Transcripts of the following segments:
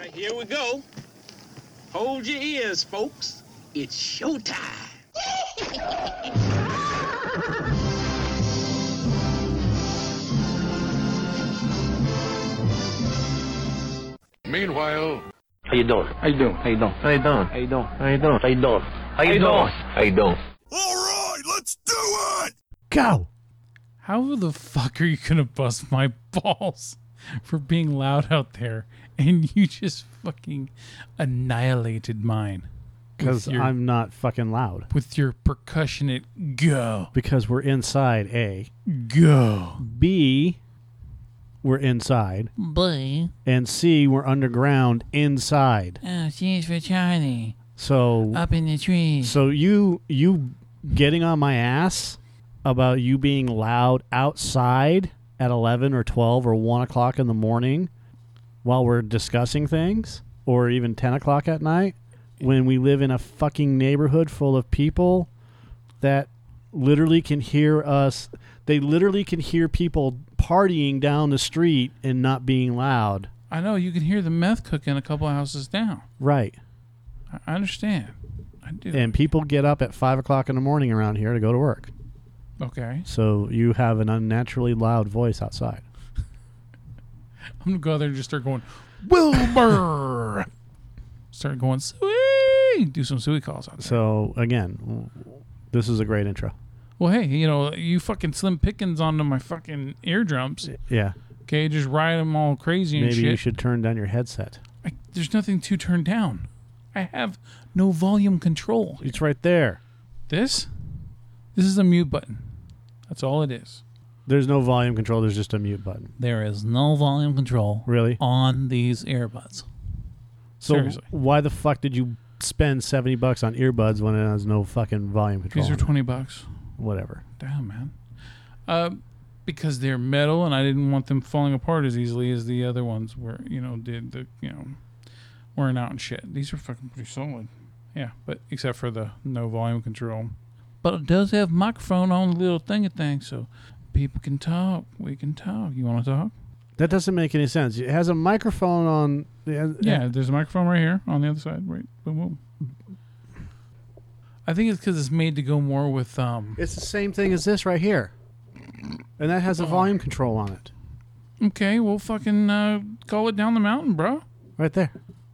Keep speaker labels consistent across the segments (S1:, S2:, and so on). S1: right, here we go. Hold your ears, folks. It's showtime.
S2: Meanwhile,
S3: How you doing? How you doing? How you doing? How you doing? How you doing? How you doing? How you doing? How you doing? How you doing?
S4: Go.
S5: How the fuck are you gonna bust my balls for being loud out there and you just fucking annihilated mine?
S4: Because
S5: With your-
S4: I'm not fucking loud.
S5: With your percussionate go,
S4: Because we're inside A.
S5: go.
S4: B, we're inside.
S5: Boy,
S4: And C, we're underground inside.
S5: oh, she's for Charlie.
S4: So
S5: Up in the trees.
S4: so you you getting on my ass about you being loud outside at eleven or twelve or one o'clock in the morning while we're discussing things, or even ten o'clock at night, when we live in a fucking neighborhood full of people that literally can hear us they literally can hear people partying down the street and not being loud.
S5: I know you can hear the meth cooking a couple houses down.
S4: Right.
S5: I- I understand. I do.
S4: And people get up at five o'clock in the morning around here to go to work.
S5: okay.
S4: So you have an unnaturally loud voice outside.
S5: I'm gonna go out there and just start going, Wilbur. start going, Suey. Do some Suey calls out there.
S4: So again, w- w- this is a great intro.
S5: Well, hey, you know, you fucking slim pickings onto my fucking eardrums.
S4: Yeah,
S5: Okay, just ride them all crazy and
S4: maybe
S5: shit.
S4: you should turn down your headset.
S5: I, there's nothing to turn down. I have no volume control.
S4: It's right there.
S5: This, this is a mute button. That's all it is.
S4: There's no volume control. There's just a mute button.
S5: There is no volume control
S4: Really?
S5: on these earbuds.
S4: So
S5: Seriously.
S4: why the fuck did you spend seventy bucks on earbuds when it has no fucking volume control?
S5: These are
S4: on it?
S5: twenty bucks.
S4: Whatever.
S5: Damn, man. Uh, because they're metal, and I didn't want them falling apart as easily as the other ones were. You know, did the you know, wearing out and shit. These are fucking pretty solid. Yeah, but except for the no volume control. But it does have microphone on the little thingy thing, so people can talk. We can talk. You want to talk?
S4: That doesn't make any sense. It has a microphone on. it has-
S5: Yeah, there's a microphone right here on the other side. Right, boom, boom. I think it's because it's made to go more with um.
S4: It's the same thing as this right here, and that has a volume control on it
S5: Okay, we'll fucking uh, call it down the mountain, bro.
S4: right there.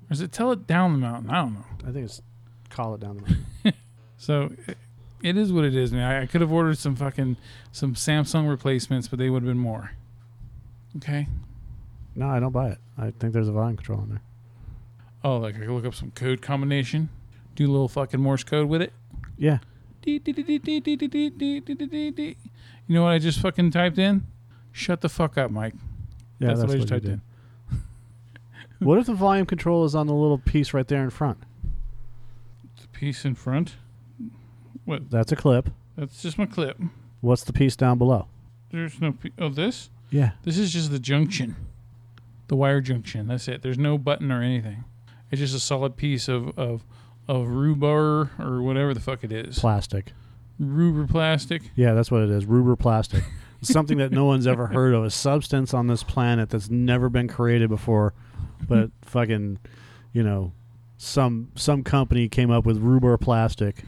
S5: Or is it tell it down the mountain? I don't know.
S4: I think it's call it down the line.
S5: So it, it is what it is, man. I, I could have ordered some fucking some Samsung replacements, but they would have been more. Okay.
S4: No, I don't buy it. I think there's a volume control on there.
S5: Oh, like I could look up some code combination, do a little fucking Morse code with it.
S4: Yeah.
S5: Dee, dee, dee, dee, dee, dee, dee, dee, dee, dee, dee, dee, dee. You know what I just fucking typed in? Shut the fuck up, Mike.
S4: Yeah,
S5: that's, what I just typed
S4: you
S5: in.
S4: did. What if the volume control is on the little piece right there in front?
S5: The piece in front. What?
S4: That's a clip.
S5: That's just my clip.
S4: What's the piece down below?
S5: There's no. Pe- oh, this.
S4: Yeah.
S5: This is just the junction, the wire junction. That's it. There's no button or anything. It's just a solid piece of of of rubber or whatever the fuck it is.
S4: Plastic.
S5: rubber plastic.
S4: Yeah, that's what it is. Rubber plastic. Something that no one's ever heard of. A substance on this planet that's never been created before, but fucking, you know, some some company came up with rubber plastic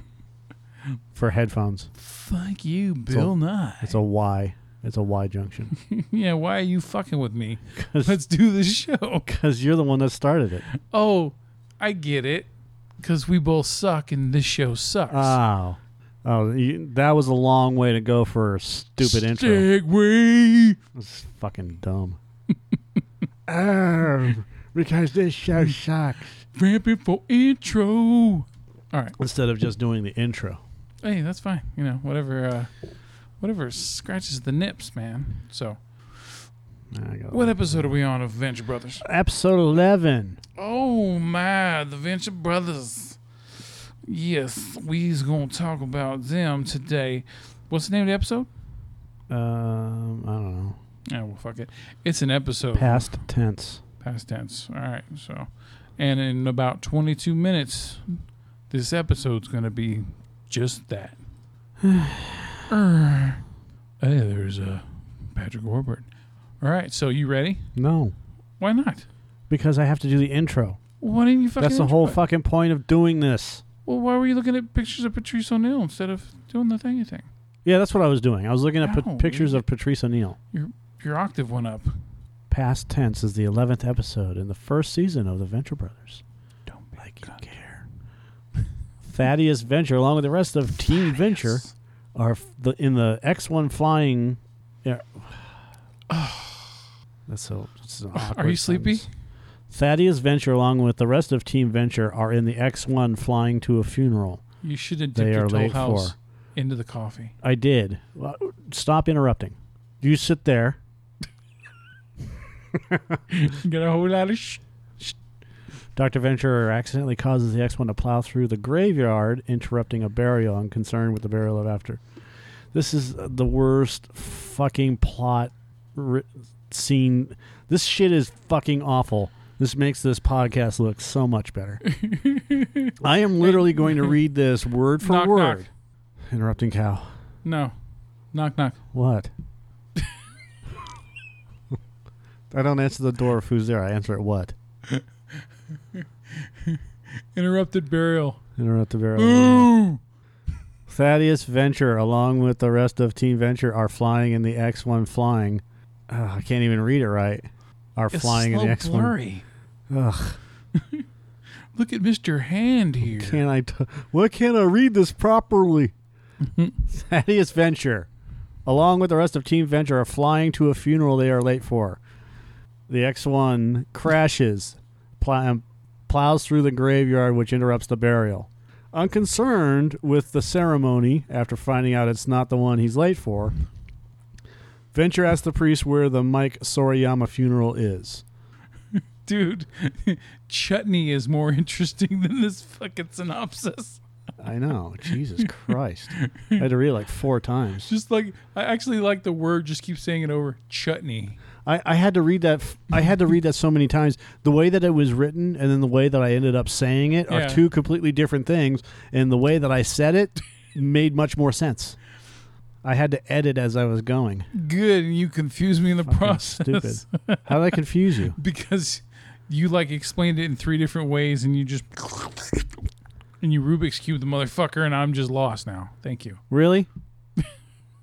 S4: for headphones.
S5: Fuck you,
S4: all-
S5: Bill Nye.
S4: It's a Y. It's a Y junction.
S5: yeah, why are you fucking with me? Let's do this show.
S4: Because you're the one that started it.
S5: Oh, I get it. Cause we both suck and this show sucks.
S4: Oh. Oh, you, that was a long way to go for a stupid intro.
S5: Segway.
S4: It's fucking dumb. oh, because this show sucks.
S5: Ramp it for intro. All right.
S4: Instead of just doing the intro.
S5: Hey, that's fine. You know, whatever, uh, whatever scratches the nips, man. So,
S4: I got
S5: What episode are we on of Venture Brothers?
S4: Episode 11.
S5: Oh my, the Venture Brothers. Yes, we's gonna talk about them today. What's the name of the episode?
S4: Um, I don't know.
S5: Oh well, fuck it. It's an episode.
S4: Past tense.
S5: Past tense. All right. So, and in about 22 minutes, this episode's gonna be just that. Uh, Err. hey, there's uh, Patrick Warburton. All right. So you ready?
S4: No.
S5: Why not?
S4: because I have to do the intro.
S5: Why didn't you fucking?
S4: That's the whole
S5: enjoy it?
S4: fucking point of doing this.
S5: Well, why were you looking at pictures of Patrice O'Neill instead of doing the thingy thing?
S4: Yeah, that's what I was doing. I was looking at
S5: Ow.
S4: p- pictures of Patrice O'Neill.
S5: Your octave went up.
S4: Past tense is the eleventh episode in the first season of the Venture Brothers.
S5: Don't be
S4: Like you care. Thaddeus Venture, along with the rest of Team Venture, are f- the, in the X one flying. Yeah. That's so. that's an awkward
S5: Are you sleepy?
S4: sentence. Thaddeus Venture, along with the rest of Team Venture, are in the X1 flying to a funeral.
S5: You should have
S4: They
S5: dipped your
S4: are
S5: toe
S4: late
S5: house
S4: for.
S5: into the coffee.
S4: I did. Well, Stop interrupting. You sit there.
S5: Got a whole lot of sh-
S4: Dr. Venture accidentally causes the X1 to plow through the graveyard, interrupting a burial. I'm concerned with the burial of after. This is the worst fucking plot ri- scene. This shit is fucking awful. This makes this podcast look so much better. I am literally going to read this word for
S5: knock
S4: word.
S5: knock.
S4: Interrupting cow.
S5: No, knock knock.
S4: What? I don't answer the door of who's there. I answer it what?
S5: Interrupted burial.
S4: Interrupt the barrel.
S5: Ooh.
S4: Thaddeus Venture, along with the rest of Team Venture, are flying in the X1 flying. Ugh, I can't even read it right. Are
S5: It's
S4: flying in
S5: slow
S4: the X1.
S5: blurry.
S4: Ugh,
S5: Look at Mr. Hand here.
S4: can I? T- what can I read this properly? Thaddeus Venture, along with the rest of Team Venture, are flying to a funeral they are late for. The X1 crashes, pl- and plows through the graveyard, which interrupts the burial. Unconcerned with the ceremony, after finding out it's not the one he's late for, Venture asks the priest where the Mike Sorayama funeral is.
S5: Dude, chutney is more interesting than this fucking synopsis.
S4: I know, Jesus Christ! I had to read it like four times.
S5: Just like, I actually like the word, just keep saying it over chutney.
S4: I, I had to read that. f- I had to read that so many times. The way that it was written and then the way that I ended up saying it
S5: Yeah.
S4: are two completely different things. And the way that I said it made much more sense. I had to edit as I was going.
S5: Good, and you confused me in the process.
S4: Stupid. How did I confuse you?
S5: Because you like explained it in three different ways and you just. And you Rubik's Cube the motherfucker, and I'm just lost now. Thank you.
S4: Really?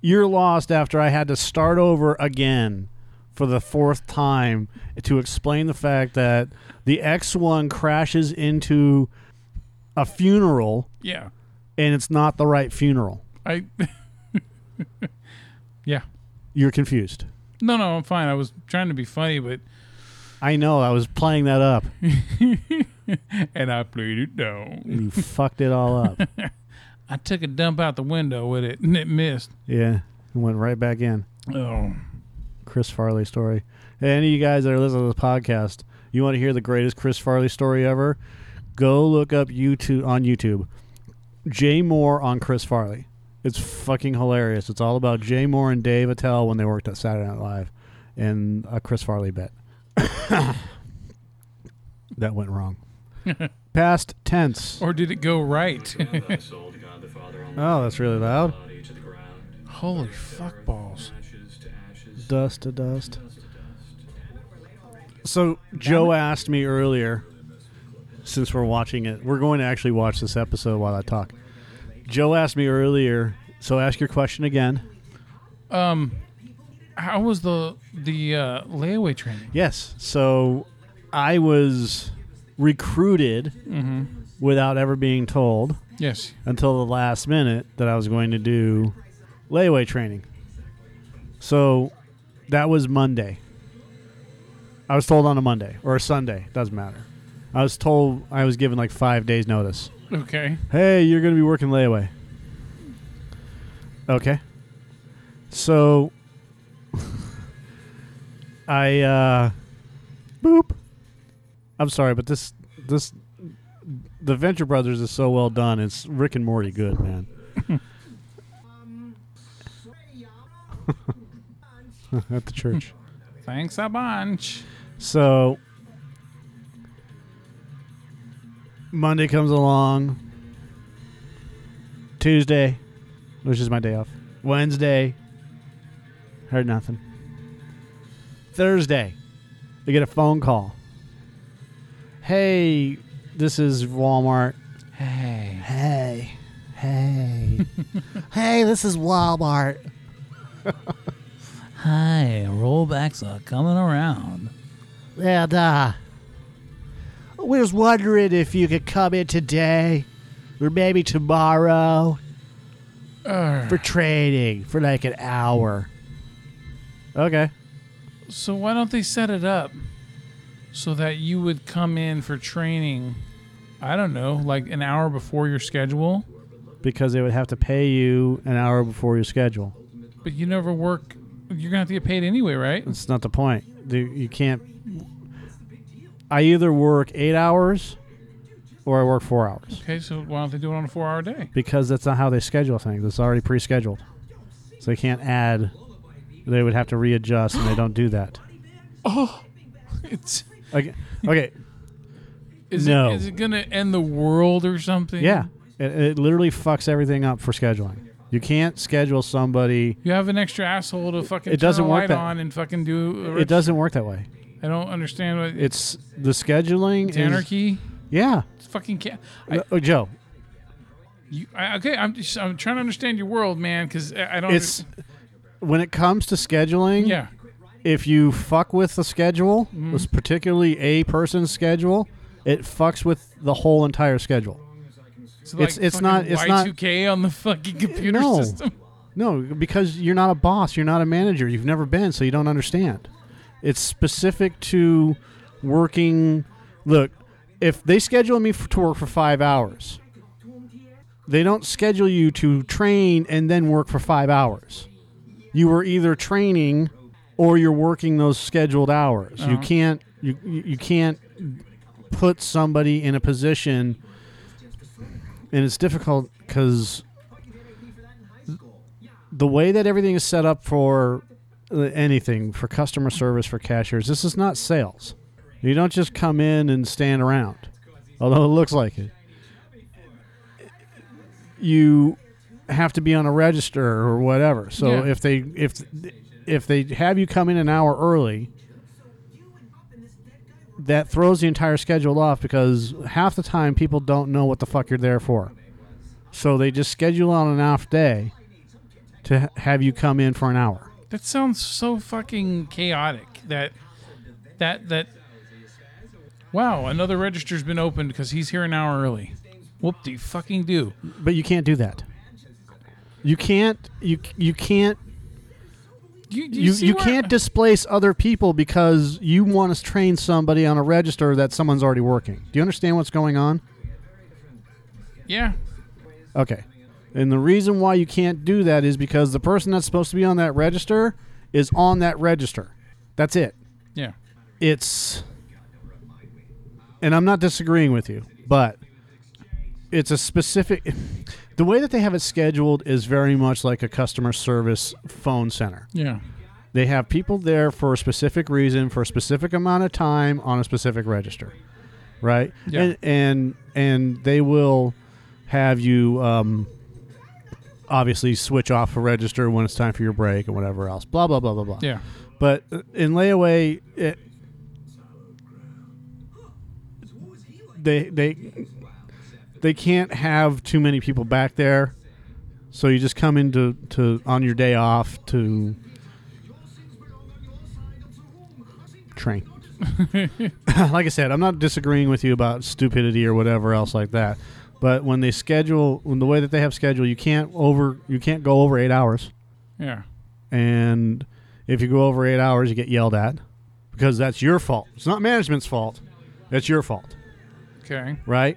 S4: You're lost after I had to start over again for the fourth time to explain the fact that the X1 crashes into a funeral
S5: Yeah.
S4: and it's not the right funeral.
S5: I. yeah.
S4: You're confused.
S5: No, no, I'm fine. I was trying to be funny, but
S4: I know. I was playing that up.
S5: and I played it down.
S4: You fucked it all up.
S5: I took a dump out the window with it, and it missed.
S4: Yeah. It went right back in.
S5: Oh,
S4: Chris Farley story. Hey, any of you guys that are listening to this podcast, you want to hear the greatest Chris Farley story ever? Go look up YouTube on YouTube. Jay Moore on Chris Farley. It's fucking hilarious. It's all about Jay Moore and Dave Attell when they worked at Saturday Night Live and a Chris Farley bit. that went wrong. Past tense.
S5: or did it go right?
S4: Oh, that's really loud.
S5: Holy fuck balls!
S4: Dust to dust. So Joe asked me earlier, since we're watching it, we're going to actually watch this episode while I talk. Joe asked me earlier, so ask your question again.
S5: How was the the uh, layaway training?
S4: Yes. So I was recruited without ever being told
S5: Yes,
S4: until the last minute that I was going to do layaway training. So that was Monday. I was told on a Monday or a Sunday, doesn't matter. I was told I was given like five days' notice.
S5: okay.
S4: Hey, you're going to be working layaway. Okay. So I uh boop. I'm sorry, but this this the Venture Brothers is so well done. It's Rick and Morty good, man. At the church.
S5: Thanks a bunch.
S4: So Monday comes along. Tuesday, which is my day off. Wednesday, heard nothing. Thursday, I get a phone call hey, this is Walmart.
S5: Hey.
S4: Hey, hey, hey, this is Walmart.
S5: Hi, rollbacks are coming around.
S4: And uh, we was wondering if you could come in today or maybe tomorrow for training for like an hour. Okay.
S5: So why don't they set it up so that you would come in for training? I don't know, like an hour before your schedule,
S4: Because they would have to pay you an hour before your schedule.
S5: but you never work. You're gonna have to get paid anyway, right?
S4: That's not the point. The- You can't. I either work eight hours or I work four hours
S5: Okay, so why don't they do it on a four-hour day?
S4: because that's not how they schedule things. It's already pre scheduled. So they can't add. They would have to readjust and they don't do that.
S5: It's
S4: Okay. okay.
S5: is
S4: No.
S5: it is it gonna end the world or something?
S4: Yeah. It, it literally fucks everything up for scheduling. You can't schedule somebody.
S5: You have an extra asshole to fucking
S4: It doesn't
S5: turn a
S4: work
S5: light
S4: that-
S5: on and fucking do.
S4: It doesn't work that way.
S5: I don't understand what it's,
S4: It's the scheduling. is-
S5: anarchy.
S4: Yeah.
S5: It's fucking ca- I,
S4: Oh, Joe,
S5: you, I, okay, I'm just, I'm trying to understand your world, man, because I, I don't.
S4: it's when it comes to scheduling.
S5: yeah. Mm-hmm.
S4: if you fuck with the schedule, this particularly a person's schedule, it fucks with the whole entire schedule. It's- it's not-
S5: fucking
S4: it's not-
S5: Y2K on the fucking computer
S4: No.
S5: system.
S4: No, because you're not a boss, you're not a manager, you've never been, so you don't understand. It's specific to working. Look, if they schedule me for, to work for five hours, they don't schedule you to train and then work for five hours. You are either training or you're working those scheduled hours. You can't you you you can't put somebody in a position, and it's difficult because the way that everything is set up for uh, anything for customer service for cashiers this is not sales you don't just come in and stand around although it looks like it you have to be on a register or whatever so
S5: Yeah.
S4: if they if if they have you come in an hour early that throws the entire schedule off because half the time people don't know what the fuck you're there for so they just schedule on an off day to ha- have you come in for an hour.
S5: That sounds so fucking chaotic. That that that. Wow, another register's been opened because he's here an hour early. Whoop de fucking do.
S4: But you can't do that. You can't you you can't
S5: You you,
S4: you,
S5: see
S4: you
S5: where-
S4: can't displace other people because you want to train somebody on a register that someone's already working. Do you understand what's going on?
S5: yeah.
S4: Okay. And the reason why you can't do that is because the person that's supposed to be on that register is on that register. That's it.
S5: Yeah.
S4: it's and I'm not disagreeing with you, but it's a specific the way that they have it scheduled is very much like a customer service phone center.
S5: Yeah.
S4: They have people there for a specific reason for a specific amount of time on a specific register. Right?
S5: Yeah.
S4: And and and they will have you um obviously switch off a register when it's time for your break and whatever else. Blah blah blah blah blah.
S5: Yeah.
S4: But uh, in layaway, it, they they they can't have too many people back there, so you just come in to, to on your day off to train. like I said, I'm not disagreeing with you about stupidity or whatever else like that. But when they schedule, when the way that they have schedule, you can't over, you can't go over eight hours
S5: Yeah.
S4: and if you go over eight hours, you get yelled at because that's your fault. It's not management's fault. That's your fault,
S5: Okay.
S4: right?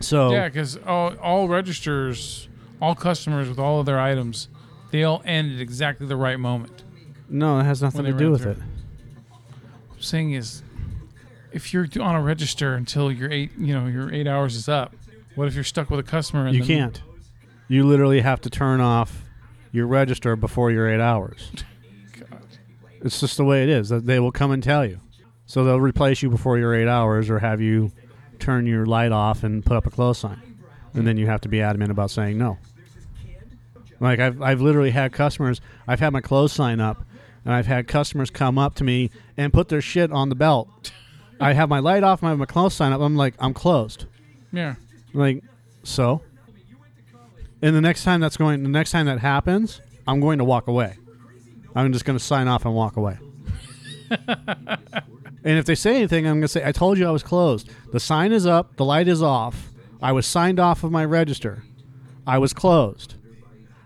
S4: So
S5: Yeah, because all, all registers, all customers with all of their items, they all end at exactly the right moment.
S4: no, it has nothing
S5: When
S4: to
S5: they
S4: do
S5: ran
S4: with
S5: through.
S4: it.
S5: What I'm saying is, if you're on a register until your eight, you know, your eight hours is up, what if you're stuck with a customer? And
S4: You
S5: then-
S4: can't. You literally have to turn off your register before your eight hours. It's just the way it is. That They will come and tell you. So they'll replace you before your eight hours, or have you turn your light off and put up a close sign, and then you have to be adamant about saying no. Like I've I've literally had customers. I've had my close sign up, and I've had customers come up to me and put their shit on the belt I have my light off, and I have my close sign up. I'm like, I'm closed.
S5: Yeah.
S4: Like, so. And the next time that's going, the next time that happens, I'm going to walk away. I'm just going to sign off and walk away. and if they say anything, I'm going to say, I told you I was closed. The sign is up, the light is off. I was signed off of my register. I was closed.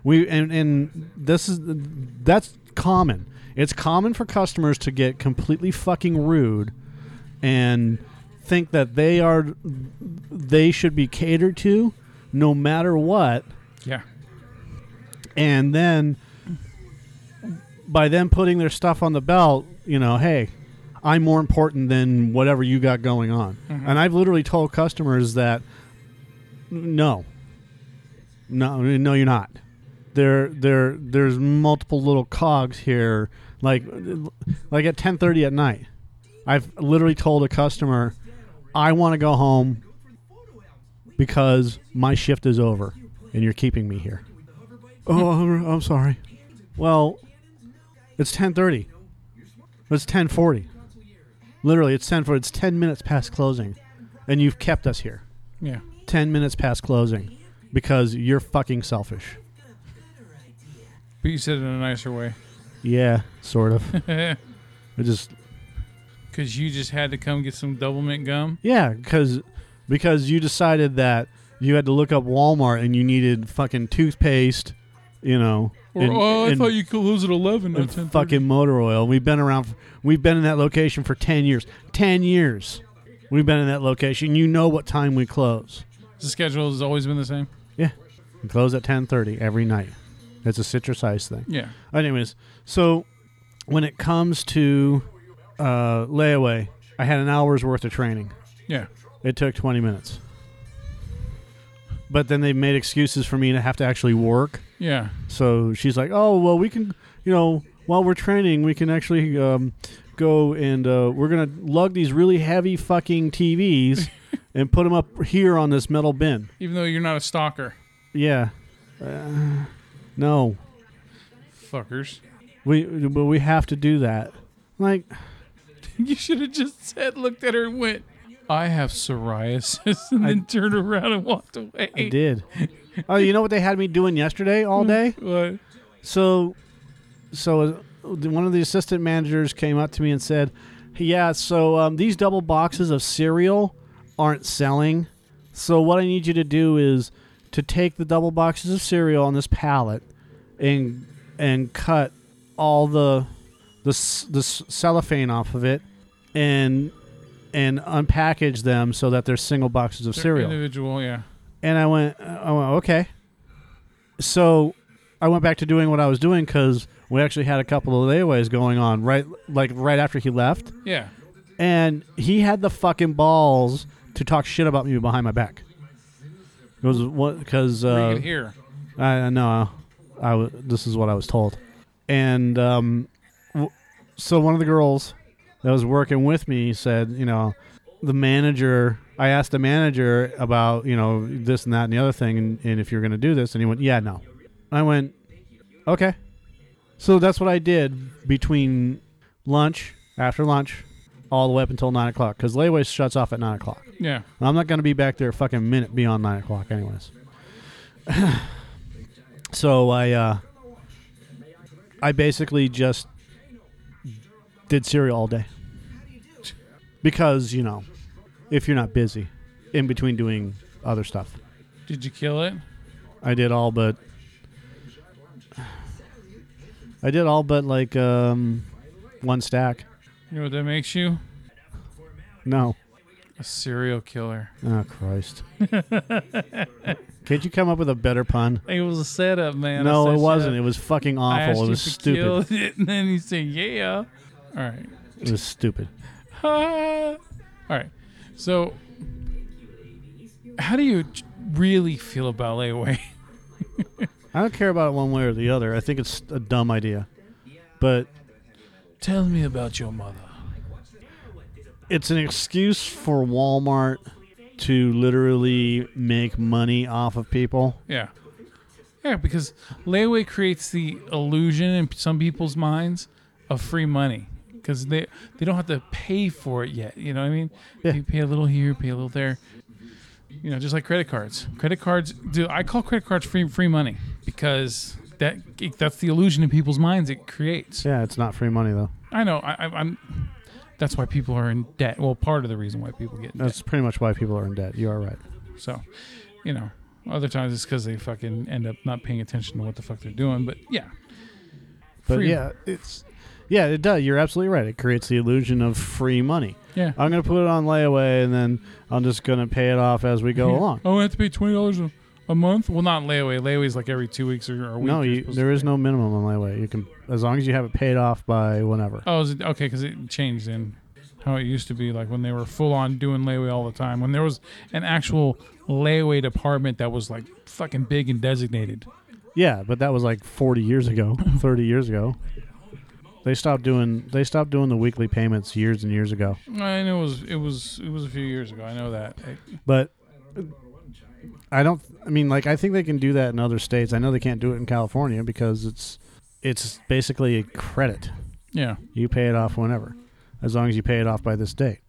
S4: We and, and this is that's common. It's common for customers to get completely fucking rude and think that they are they should be catered to no matter what
S5: Yeah.
S4: and then by them putting their stuff on the belt you know hey i'm more important than whatever you got going on and i've literally told customers that no no no you're not there there there's multiple little cogs here like like at 10:30 at night i've literally told a customer i want to go home because my shift is over and you're keeping me here oh i'm, I'm sorry well it's 10:30 it's 10:40 literally it's 10 for it's 10 minutes past closing and you've kept us here
S5: Yeah.
S4: 10 minutes past closing because you're fucking selfish
S5: But you said it in a nicer way.
S4: Yeah, sort of.
S5: Because
S4: I just
S5: you just had to come get some double mint gum.
S4: yeah, because because you decided that you had to look up Walmart and you needed fucking toothpaste, you know,
S5: Or,
S4: and,
S5: oh, I
S4: and-
S5: thought you could lose at 11.
S4: and fucking motor oil. We've been around. f- We've been in that location for ten years. Ten years. We've been in that location. You know what time we close.
S5: The schedule has always been the same.
S4: Yeah, we close at ten thirty every night. It's a citrus ice thing.
S5: Yeah.
S4: Anyways, so when it comes to uh, layaway, I had an hour's worth of training.
S5: Yeah.
S4: It took 20 minutes. But then they made excuses for me to have to actually work.
S5: Yeah.
S4: So she's like, oh, well, we can, you know, while we're training, we can actually um, go and uh, we're going to lug these really heavy fucking TVs and put them up here on this metal bin.
S5: Even though you're not a stalker.
S4: Yeah. Uh, no.
S5: Fuckers.
S4: We, but we have to do that. Like,
S5: You should have just said, looked at her and went, I have psoriasis, and then turned around and walked away.
S4: I did. oh, you know what they had me doing yesterday all day?
S5: What?
S4: So, so uh, one of the assistant managers came up to me and said, "Yeah, so um, these double boxes of cereal aren't selling. So what I need you to do is to take the double boxes of cereal on this pallet and and cut all the the s- the s- cellophane off of it and." And unpackage them so that they're single boxes of
S5: They're
S4: cereal.
S5: Individual, yeah.
S4: And I went, I went, okay. So I went back to doing what I was doing because we actually had a couple of layaways going on right, like right after he left,
S5: Yeah.
S4: and he had the fucking balls to talk shit about me behind my back. It was what because
S5: Bring
S4: uh,
S5: it here.
S4: I I know. I w- this is what I was told, and um, w- so one of the girls that was working with me said, you know, the manager. I asked the manager about you know this and that and the other thing, and, and if you're going to do this, and he went, yeah, no. I went, okay. So that's what I did between lunch, after lunch, all the way up until nine o'clock, because layaway shuts off at nine o'clock.
S5: Yeah.
S4: I'm not going to be back there a fucking minute beyond nine o'clock, anyways. so I, uh, I basically just did cereal all day because you know, if you're not busy, in between doing other stuff,
S5: Did you kill it?
S4: I did all but. I did all but like um, one stack.
S5: You know what that makes you?
S4: No.
S5: A serial killer.
S4: Oh Christ! Can't you come up with a better pun?
S5: It was a setup, man. I
S4: no,
S5: set
S4: it
S5: shit
S4: wasn't.
S5: up.
S4: It was fucking
S5: I asked
S4: awful. It
S5: you
S4: was
S5: to
S4: stupid.
S5: Kill it, and then you said, yeah. All right.
S4: It was stupid.
S5: All right. So, how do you really feel about layaway?
S4: I don't care about it one way or the other. I think it's a dumb idea, but
S5: Tell me about your mother.
S4: it's an excuse for Walmart to literally make money off of people.
S5: Yeah. Yeah, because layaway creates the illusion in some people's minds of free money. because they they don't have to pay for it yet. You know what I mean? You pay a little here, pay a little there. You know, just like credit cards. Credit cards. Do I call credit cards free free money because that that's the illusion in people's minds it creates.
S4: Yeah, it's not free money though.
S5: I know. I, I, I'm. That's why people are in debt. Well, part of the reason why people get in
S4: That's pretty much why people are in debt. You are right.
S5: debt. So, you know, other times it's because they fucking end up not paying attention to what the fuck they're doing. But yeah.
S4: But
S5: Free-
S4: yeah, it's yeah, it does. You're absolutely right. It creates the illusion of free money.
S5: Yeah.
S4: I'm gonna put it on layaway, and then I'm just gonna pay it off as we go
S5: Yeah.
S4: along.
S5: Oh, I have to pay twenty dollars a month. Well, not layaway. Layaway's like every two weeks or, or a week.
S4: No,
S5: you're
S4: you,
S5: supposed
S4: there
S5: to
S4: is
S5: pay.
S4: no minimum on layaway. You can as long as you have it paid off by whenever.
S5: Oh, is it okay? Because it changed in how it used to be. Like when they were full on doing layaway all the time. When there was an actual layaway department that was like fucking big and designated.
S4: Yeah, but that was like 40 years ago, 30 years ago. They stopped doing they stopped doing the weekly payments years and years ago.
S5: I know it was it was it was a few years ago. I know that. I-
S4: But I don't I mean like I think they can do that in other states. I know they can't do it in California because it's it's basically a credit.
S5: yeah.
S4: You pay it off whenever, as long as you pay it off by this date.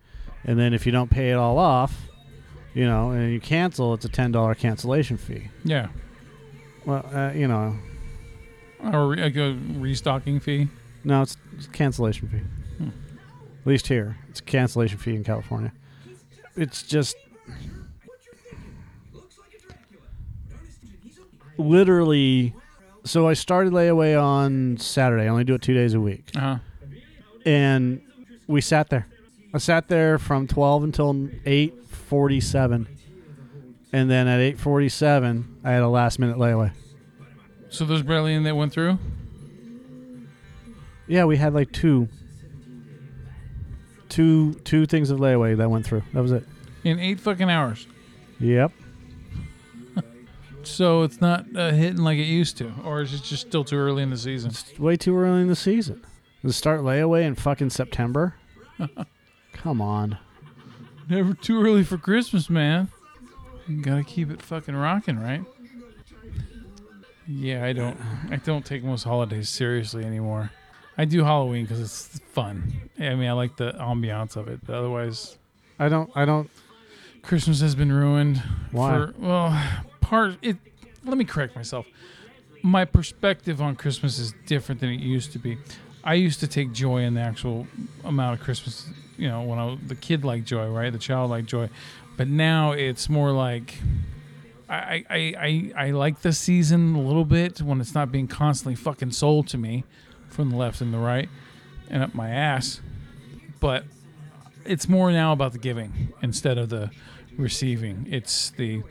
S4: And then if you don't pay it all off, you know, and you cancel, it's a $10 cancellation fee.
S5: Yeah.
S4: Well, uh, you know,
S5: Or re- like a restocking fee.
S4: No, it's, it's a cancellation fee. At least here, it's a cancellation fee in California. It's just literally. So I started layaway on Saturday. I only do it two days a week,
S5: Uh-huh.
S4: and we sat there. I sat there from twelve until eight forty-seven, and then at eight forty-seven, I had a last-minute layaway.
S5: So there's barely any that went through.
S4: Yeah, we had like two, two, two things of layaway that went through. That was it.
S5: in eight fucking hours.
S4: Yep.
S5: So it's not uh, hitting like it used to, or is it just still too early in the season?
S4: It's way too early in the season. To start layaway in fucking September. Come on.
S5: Never too early for Christmas, man. You gotta keep it fucking rocking, right? Yeah, I don't. I don't take most holidays seriously anymore. I do Halloween because it's fun. I mean, I like the ambiance of it, but otherwise,
S4: I don't. I don't.
S5: Christmas has been ruined.
S4: Why?
S5: For, well, part it. Let me correct myself. My perspective on Christmas is different than it used to be. I used to take joy in the actual amount of Christmas. You know, when I was the kid like joy, right? The child like joy, but now it's more like. I, I, I, I like the season a little bit when it's not being constantly fucking sold to me from the left and the right and up my ass. But it's more now about the giving instead of the receiving. It's the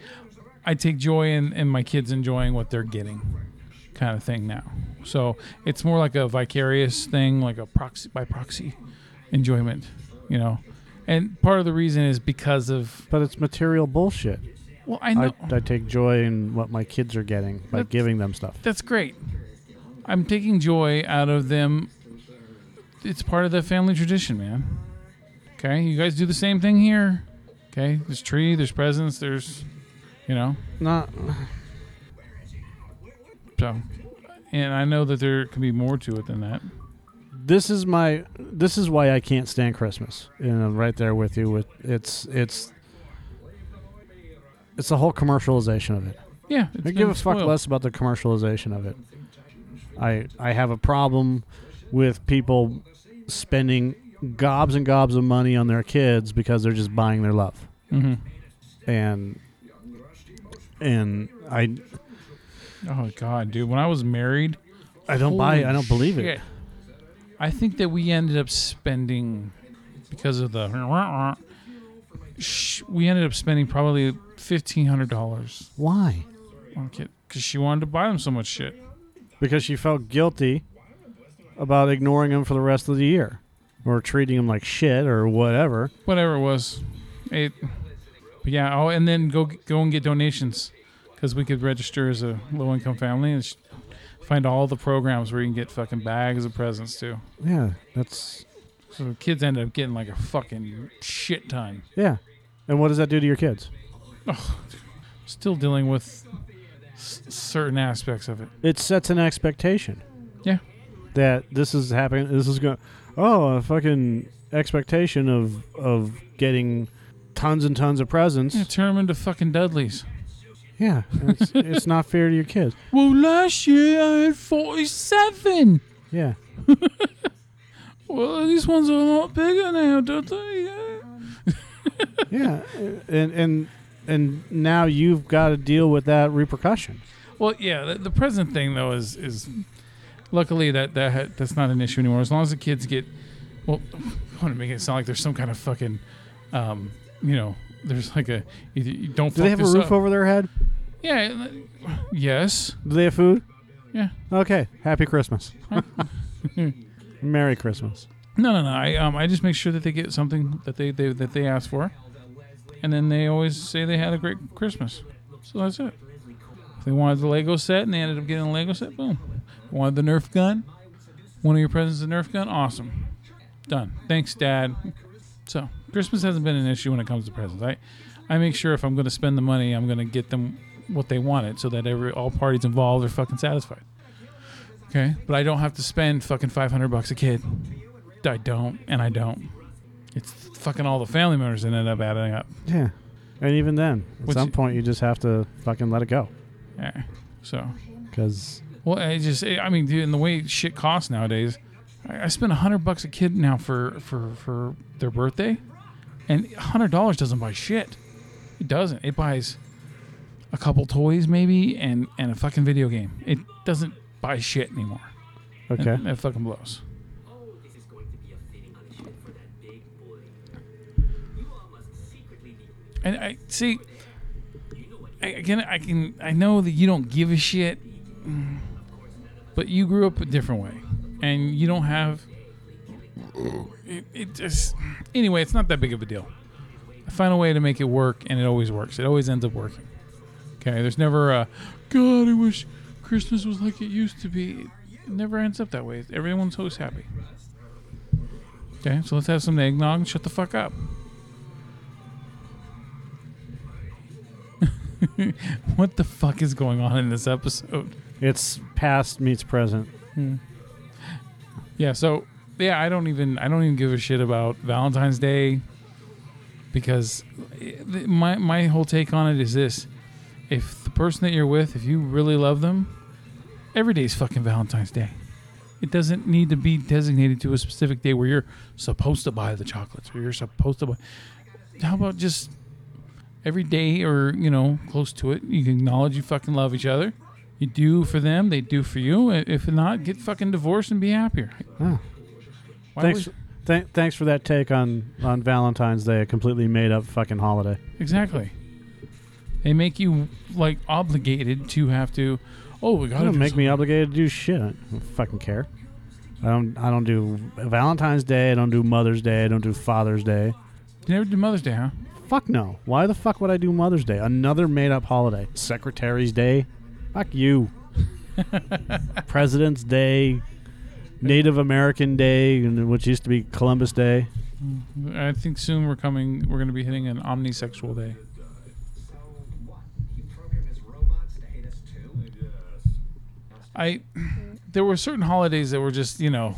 S5: I take joy in and my kids enjoying what they're getting kind of thing now. So it's more like a vicarious thing, like a proxy by proxy enjoyment, you know. And part of the reason is because of
S4: But it's material bullshit.
S5: well, I
S4: I,
S5: know
S4: I take joy in what my kids are getting by
S5: That's-
S4: giving them stuff.
S5: that's great. I'm taking joy out of them. It's part of the family tradition, man. Okay, you guys do the same thing here. Okay, there's tree, there's presents, there's, you know,
S4: Not.
S5: so. And I know that there can be more to it than that.
S4: This is my. This is why I can't stand Christmas. And I'm right there with you. With it's it's. It's the whole commercialization of it.
S5: Yeah, it's
S4: I
S5: been
S4: give a fuck
S5: spoiled.
S4: less about the commercialization of it. I I have a problem with people spending gobs and gobs of money on their kids because they're just buying their love.
S5: Mhm.
S4: And and I
S5: Oh God, dude! When I was married,
S4: I don't buy it. I don't believe it.
S5: Shit. I think that we ended up spending because of the sh- we ended up spending probably fifteen hundred dollars
S4: Why?
S5: on kid because she wanted to buy them so much shit.
S4: Because she felt guilty about ignoring him for the rest of the year or treating him like shit or whatever.
S5: Whatever it was, it. But yeah. Oh, and then go go and get donations because we could register as a low income family and sh- find all the programs where you can get fucking bags of presents too.
S4: Yeah, that's
S5: So the kids ended up getting like a fucking shit ton.
S4: yeah. And what does that do to your kids?
S5: Still dealing with s- certain aspects of it.
S4: It sets an expectation.
S5: Yeah.
S4: that this is happening. This is going. oh, a fucking expectation of of getting tons and tons of presents.
S5: Turn them into fucking Dudleys.
S4: yeah, it's, it's not fair to your kids.
S5: Well, last year I had 47.
S4: Yeah,
S5: Well, these ones are a lot bigger now, don't they? Yeah.
S4: yeah, and and and now you've got to deal with that repercussion.
S5: Well, yeah. The, the present thing though is is luckily that that ha- that's not an issue anymore. As long as the kids get, well, I want to make it sound like there's some kind of fucking, um, you know, there's like a you, you don't.
S4: Do they have a roof over their head?
S5: Yeah. and- Yes.
S4: Do they have food?
S5: Yeah.
S4: Okay. Happy Christmas. Merry Christmas.
S5: No, no, no. I um, I just make sure that they get something that they, they that they ask for, and then they always say they had a great Christmas. So that's it. If they wanted the Lego set and they ended up getting a Lego set, boom. Wanted the Nerf gun. One of your presents is a Nerf gun. Awesome. Done. Thanks, Dad. So Christmas hasn't been an issue when it comes to presents. I I make sure if I'm going to spend the money, I'm going to get them what they wanted, so that every all parties involved are fucking satisfied. Okay, but I don't have to spend fucking 500 bucks a kid. I don't, and I don't. It's fucking all the family members that end up adding up.
S4: Yeah. And even then, at
S5: What's
S4: some
S5: it-
S4: point, you just have to fucking let it go.
S5: Yeah. So,
S4: Because
S5: well, I just, I mean, dude, and the way shit costs nowadays, I, I spend a hundred bucks a kid now for for for their birthday, and a hundred dollars doesn't buy shit. It doesn't. It buys a couple toys maybe and and a fucking video game. It doesn't buy shit anymore. And
S4: okay,
S5: That fucking blows. And I see. I, again, I can. I know that you don't give a shit, but you grew up a different way, and you don't have. It, it just. Anyway, it's not that big of a deal. I find a way to make it work, and it always works. It always ends up working. Okay, there's never a. God, I wish Christmas was like it used to be. It never ends up that way. Everyone's always happy. Okay, so let's have some eggnog and shut the fuck up. what the fuck is going on in this episode?
S4: it's past meets present.
S5: Yeah, so yeah, I don't even I don't even give a shit about Valentine's Day because it- th- my my whole take on it is this: if the person that you're with, if you really love them, every day's fucking Valentine's Day. It doesn't need to be designated to a specific day where you're supposed to buy the chocolates or you're supposed to buy. How about just every day or you know close to it? You can acknowledge you fucking love each other. You do for them, they do for you. I- If not, get fucking divorced and be happier.
S4: Oh.
S5: Why
S4: Thanks.
S5: would-
S4: Th- thanks for that take on on Valentine's Day, a completely made up fucking holiday.
S5: Exactly. They make you like obligated to have to. Oh, we
S4: It
S5: gotta
S4: don't
S5: do
S4: make
S5: something."
S4: me obligated to do shit. I don't fucking care. I don't. I don't do Valentine's Day. I don't do Mother's Day. I don't do Father's Day.
S5: You never did Mother's Day, huh?
S4: Fuck no. Why the fuck would I do Mother's Day? Another made up holiday. Secretary's Day. Fuck you. President's Day. Native American Day, and which used to be Columbus Day.
S5: I think soon we're coming. We're gonna be hitting an omnisexual day. I there were certain holidays that were just you know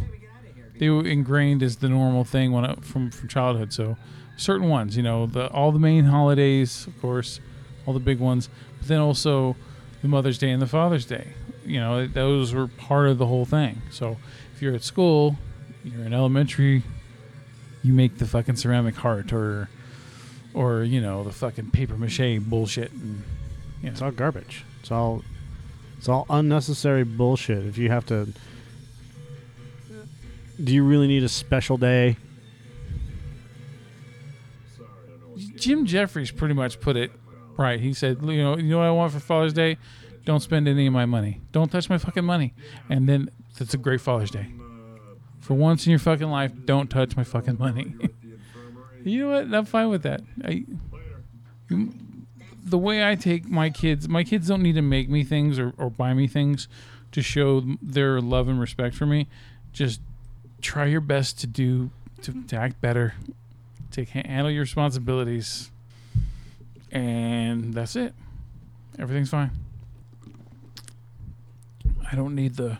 S5: they were ingrained as the normal thing when I, from from childhood. So certain ones, you know, the all the main holidays, of course, all the big ones, but then also the Mother's Day and the Father's Day. You know, those were part of the whole thing. So if you're at school, you're in elementary, you make the fucking ceramic heart or or you know the fucking paper mache bullshit and you know.
S4: It's all garbage. It's all it's all unnecessary bullshit. If you have to Do you really need a special day?
S5: Jim Jeffries pretty much put it right. He said, you know, you know what I want for Father's Day? Don't spend any of my money. Don't touch my fucking money. And then that's a great Father's Day. For once in your fucking life, don't touch my fucking money. you know what? I'm fine with that. I, you- the way I take my kids, my kids don't need to make me things or, or buy me things to show their love and respect for me. Just try your best to do to, to act better take handle your responsibilities, and that's it. Everything's fine. I don't need the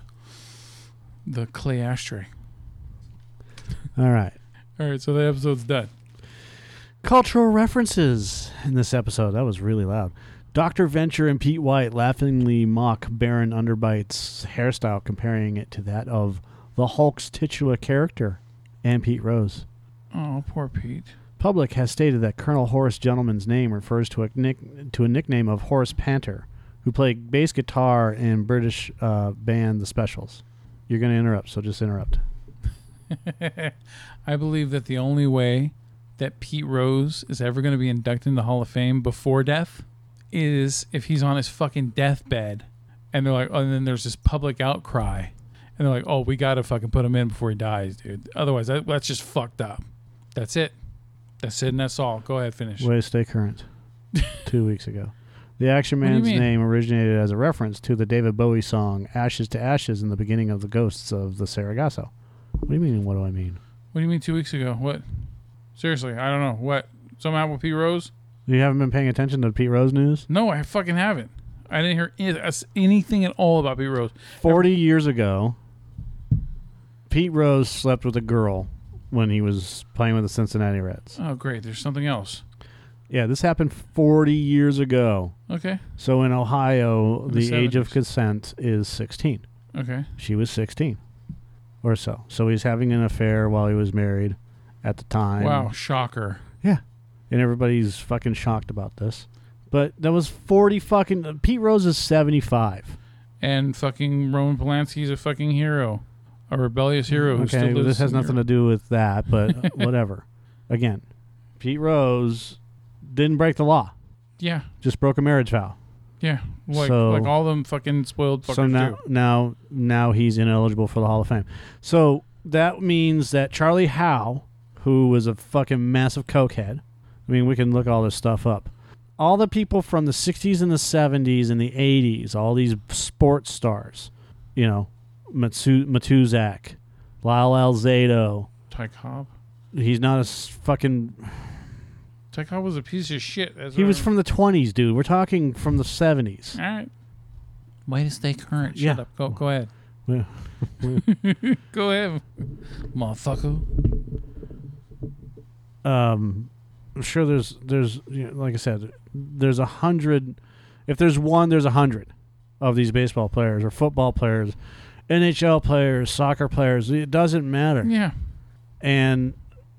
S5: the clay ashtray.
S4: All right.
S5: All right, so the episode's done.
S4: Cultural references in this episode. That was really loud. Dr. Venture and Pete White laughingly mock Baron Underbite's hairstyle, comparing it to that of the Hulk's titular character and Pete Rose.
S5: Oh, poor Pete.
S4: Public has stated that Colonel Horace Gentleman's name refers to a, nick- to a nickname of Horace Panther, who played bass guitar in British uh, band The Specials. You're going to interrupt, so just interrupt.
S5: I believe that the only way that Pete Rose is ever going to be inducted into the Hall of Fame before death is if he's on his fucking deathbed, and they're like, oh, and then there's this public outcry, and they're like, oh, we got to fucking put him in before he dies, dude. Otherwise, that, that's just fucked up. That's it. That's it, and that's all. Go ahead, finish.
S4: Way to stay current. Two weeks ago. The Action
S5: do you
S4: Man's
S5: mean?
S4: name originated as a reference to the David Bowie song Ashes to Ashes in the beginning of The Ghosts of the Sargasso. What do you mean? What do I mean?
S5: What do you mean two weeks ago? What? Seriously, I don't know. What? Somehow with Pete Rose?
S4: You haven't been paying attention to Pete Rose news?
S5: No, I fucking haven't. I didn't hear any- us- anything at all about Pete Rose.
S4: 40 years ago, Pete Rose slept with a girl when he was playing with the Cincinnati Reds.
S5: Oh, great. There's something else.
S4: Yeah, this happened 40 years ago.
S5: Okay.
S4: So in Ohio,
S5: the
S4: the age of
S5: 70s.
S4: consent is 16.
S5: Okay.
S4: She was 16 or so. So he's having an affair while he was married at the time.
S5: Wow, shocker.
S4: And everybody's fucking shocked about this. But that was 40 fucking. Pete Rose is 75.
S5: And fucking Roman Polanski's a fucking hero. A rebellious hero who still
S4: Mm, okay,
S5: lives
S4: this has
S5: in
S4: nothing to
S5: Europe.
S4: do with that, but whatever. Again, Pete Rose didn't break the law,
S5: Yeah,
S4: just broke a marriage vow.
S5: yeah. Like,
S4: So-
S5: like all them fucking spoiled fuckers
S4: so now,
S5: do.
S4: now, now he's ineligible for the Hall of Fame. So that means that Charlie Howe, who was a fucking massive cokehead, I mean, we can look all this stuff up. All the people from the '60s and the '70s and the '80s, all these sports stars, you know, Matsu- Matuzak, Lyle Alzado.
S5: Ty Cobb.
S4: He's not a s- fucking.
S5: Ty Cobb was a piece of shit. That's
S4: He
S5: what
S4: was
S5: I-
S4: from the '20s, dude. We're talking from the '70s.
S5: All right. Way to stay current. Shut
S4: Yeah.
S5: up. Go, go ahead.
S4: Yeah.
S5: go ahead, motherfucker.
S4: um, I'm sure there's there's you know, like I said, there's a hundred. If there's one, there's a hundred of these baseball players or football players, NHL players, soccer players. It doesn't matter.
S5: Yeah.
S4: And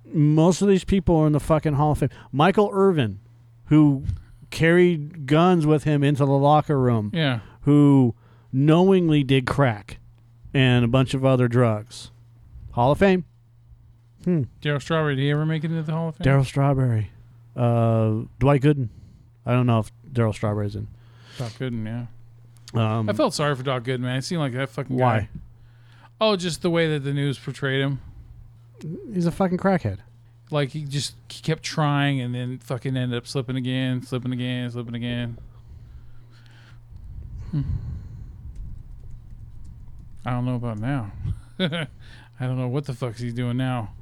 S4: most of these people are in the fucking Hall of Fame. Michael Irvin, who carried guns with him into the locker room,
S5: Yeah.
S4: who knowingly did crack and a bunch of other drugs. Hall of Fame.
S5: Daryl Strawberry, did he ever make it into the Hall of Fame?
S4: Daryl Strawberry, uh, Dwight Gooden. I don't know if Daryl Strawberry's in.
S5: Doc Gooden, yeah.
S4: Um,
S5: I felt sorry for Doc Gooden, man. It seemed like that fucking
S4: why?
S5: guy. Oh, just the way that the news portrayed him.
S4: He's a fucking crackhead.
S5: Like he just he kept trying and then fucking ended up slipping again, slipping again, slipping again. Hmm. I don't know about now. I don't know what the fuck's he's doing now.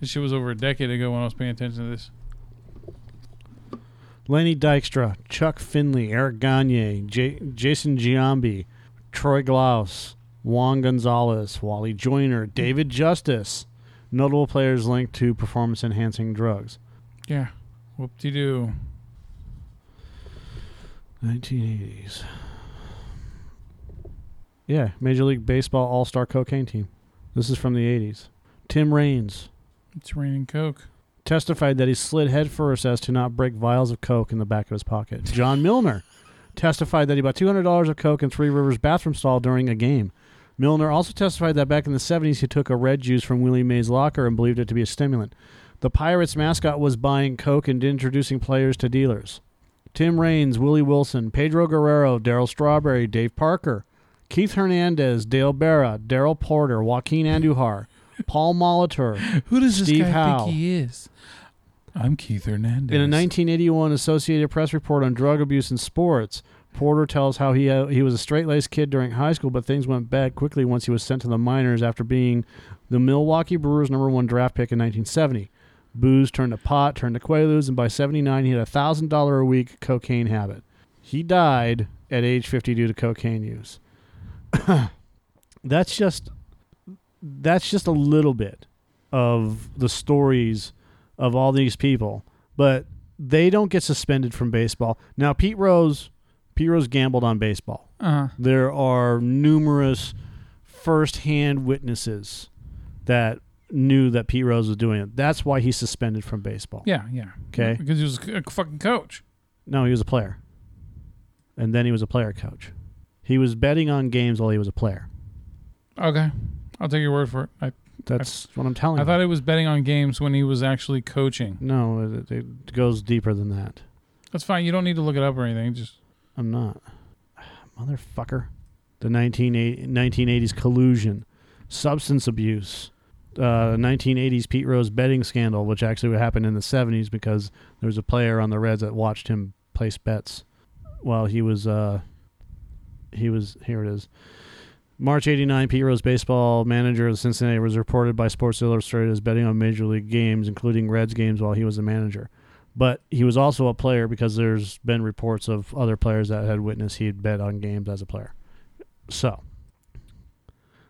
S5: This shit was over a decade ago when I was paying attention to this.
S4: Lenny Dykstra, Chuck Finley, Eric Gagne, J- Jason Giambi, Troy Glaus, Juan Gonzalez, Wally Joyner, David Justice. Notable players linked to performance enhancing drugs.
S5: Yeah. Whoop de doo.
S4: 1980s. Yeah, Major League Baseball All Star Cocaine Team. This is from the 80s. Tim Raines,
S5: It's raining coke.
S4: testified that he slid headfirst as to not break vials of coke in the back of his pocket. John Milner testified that he bought $200 of coke in Three Rivers bathroom stall during a game. Milner also testified that back in the 70s he took a red juice from Willie Mays' locker and believed it to be a stimulant. The Pirates mascot was buying coke and introducing players to dealers. Tim Raines, Willie Wilson, Pedro Guerrero, Daryl Strawberry, Dave Parker, Keith Hernandez, Dale Berra, Daryl Porter, Joaquin Andujar, Paul Molitor,
S5: Who does this
S4: Steve
S5: guy
S4: Howe.
S5: think he is? I'm Keith Hernandez.
S4: In a 1981 Associated Press report on drug abuse in sports, Porter tells how he uh, he was a straight-laced kid during high school, but things went bad quickly once he was sent to the minors after being the Milwaukee Brewers' number one draft pick in 1970. Booze turned to pot, turned to Quaaludes, and by 79 he had a thousand dollar a week cocaine habit. He died at age 50 due to cocaine use. that's just that's just a little bit of the stories of all these people, but they don't get suspended from baseball. Now, Pete Rose, Pete Rose gambled on baseball.
S5: Uh-huh.
S4: There are numerous first-hand witnesses that knew that Pete Rose was doing it. That's why he's suspended from baseball.
S5: Yeah, yeah.
S4: Okay.
S5: Because he was a c- fucking coach.
S4: No, he was a player. And then he was a player coach. He was betting on games while he was a player.
S5: Okay. I'll take your word for it. I,
S4: That's what I'm telling
S5: I
S4: you.
S5: thought it was betting on games when he was actually coaching.
S4: no, it, it goes deeper than that.
S5: That's fine. You don't need to look it up or anything. Just
S4: I'm not. Motherfucker. The 1980, 1980s collusion, substance abuse, uh, 1980s Pete Rose betting scandal, which actually would happen in the 70s because there was a player on the Reds that watched him place bets while he was. Uh, he was here. It is March '89. Pete Rose, baseball manager of Cincinnati, was reported by Sports Illustrated as betting on major league games, including Reds games, while he was the manager but he was also a player because there's been reports of other players that had witnessed he had bet on games as a player. So,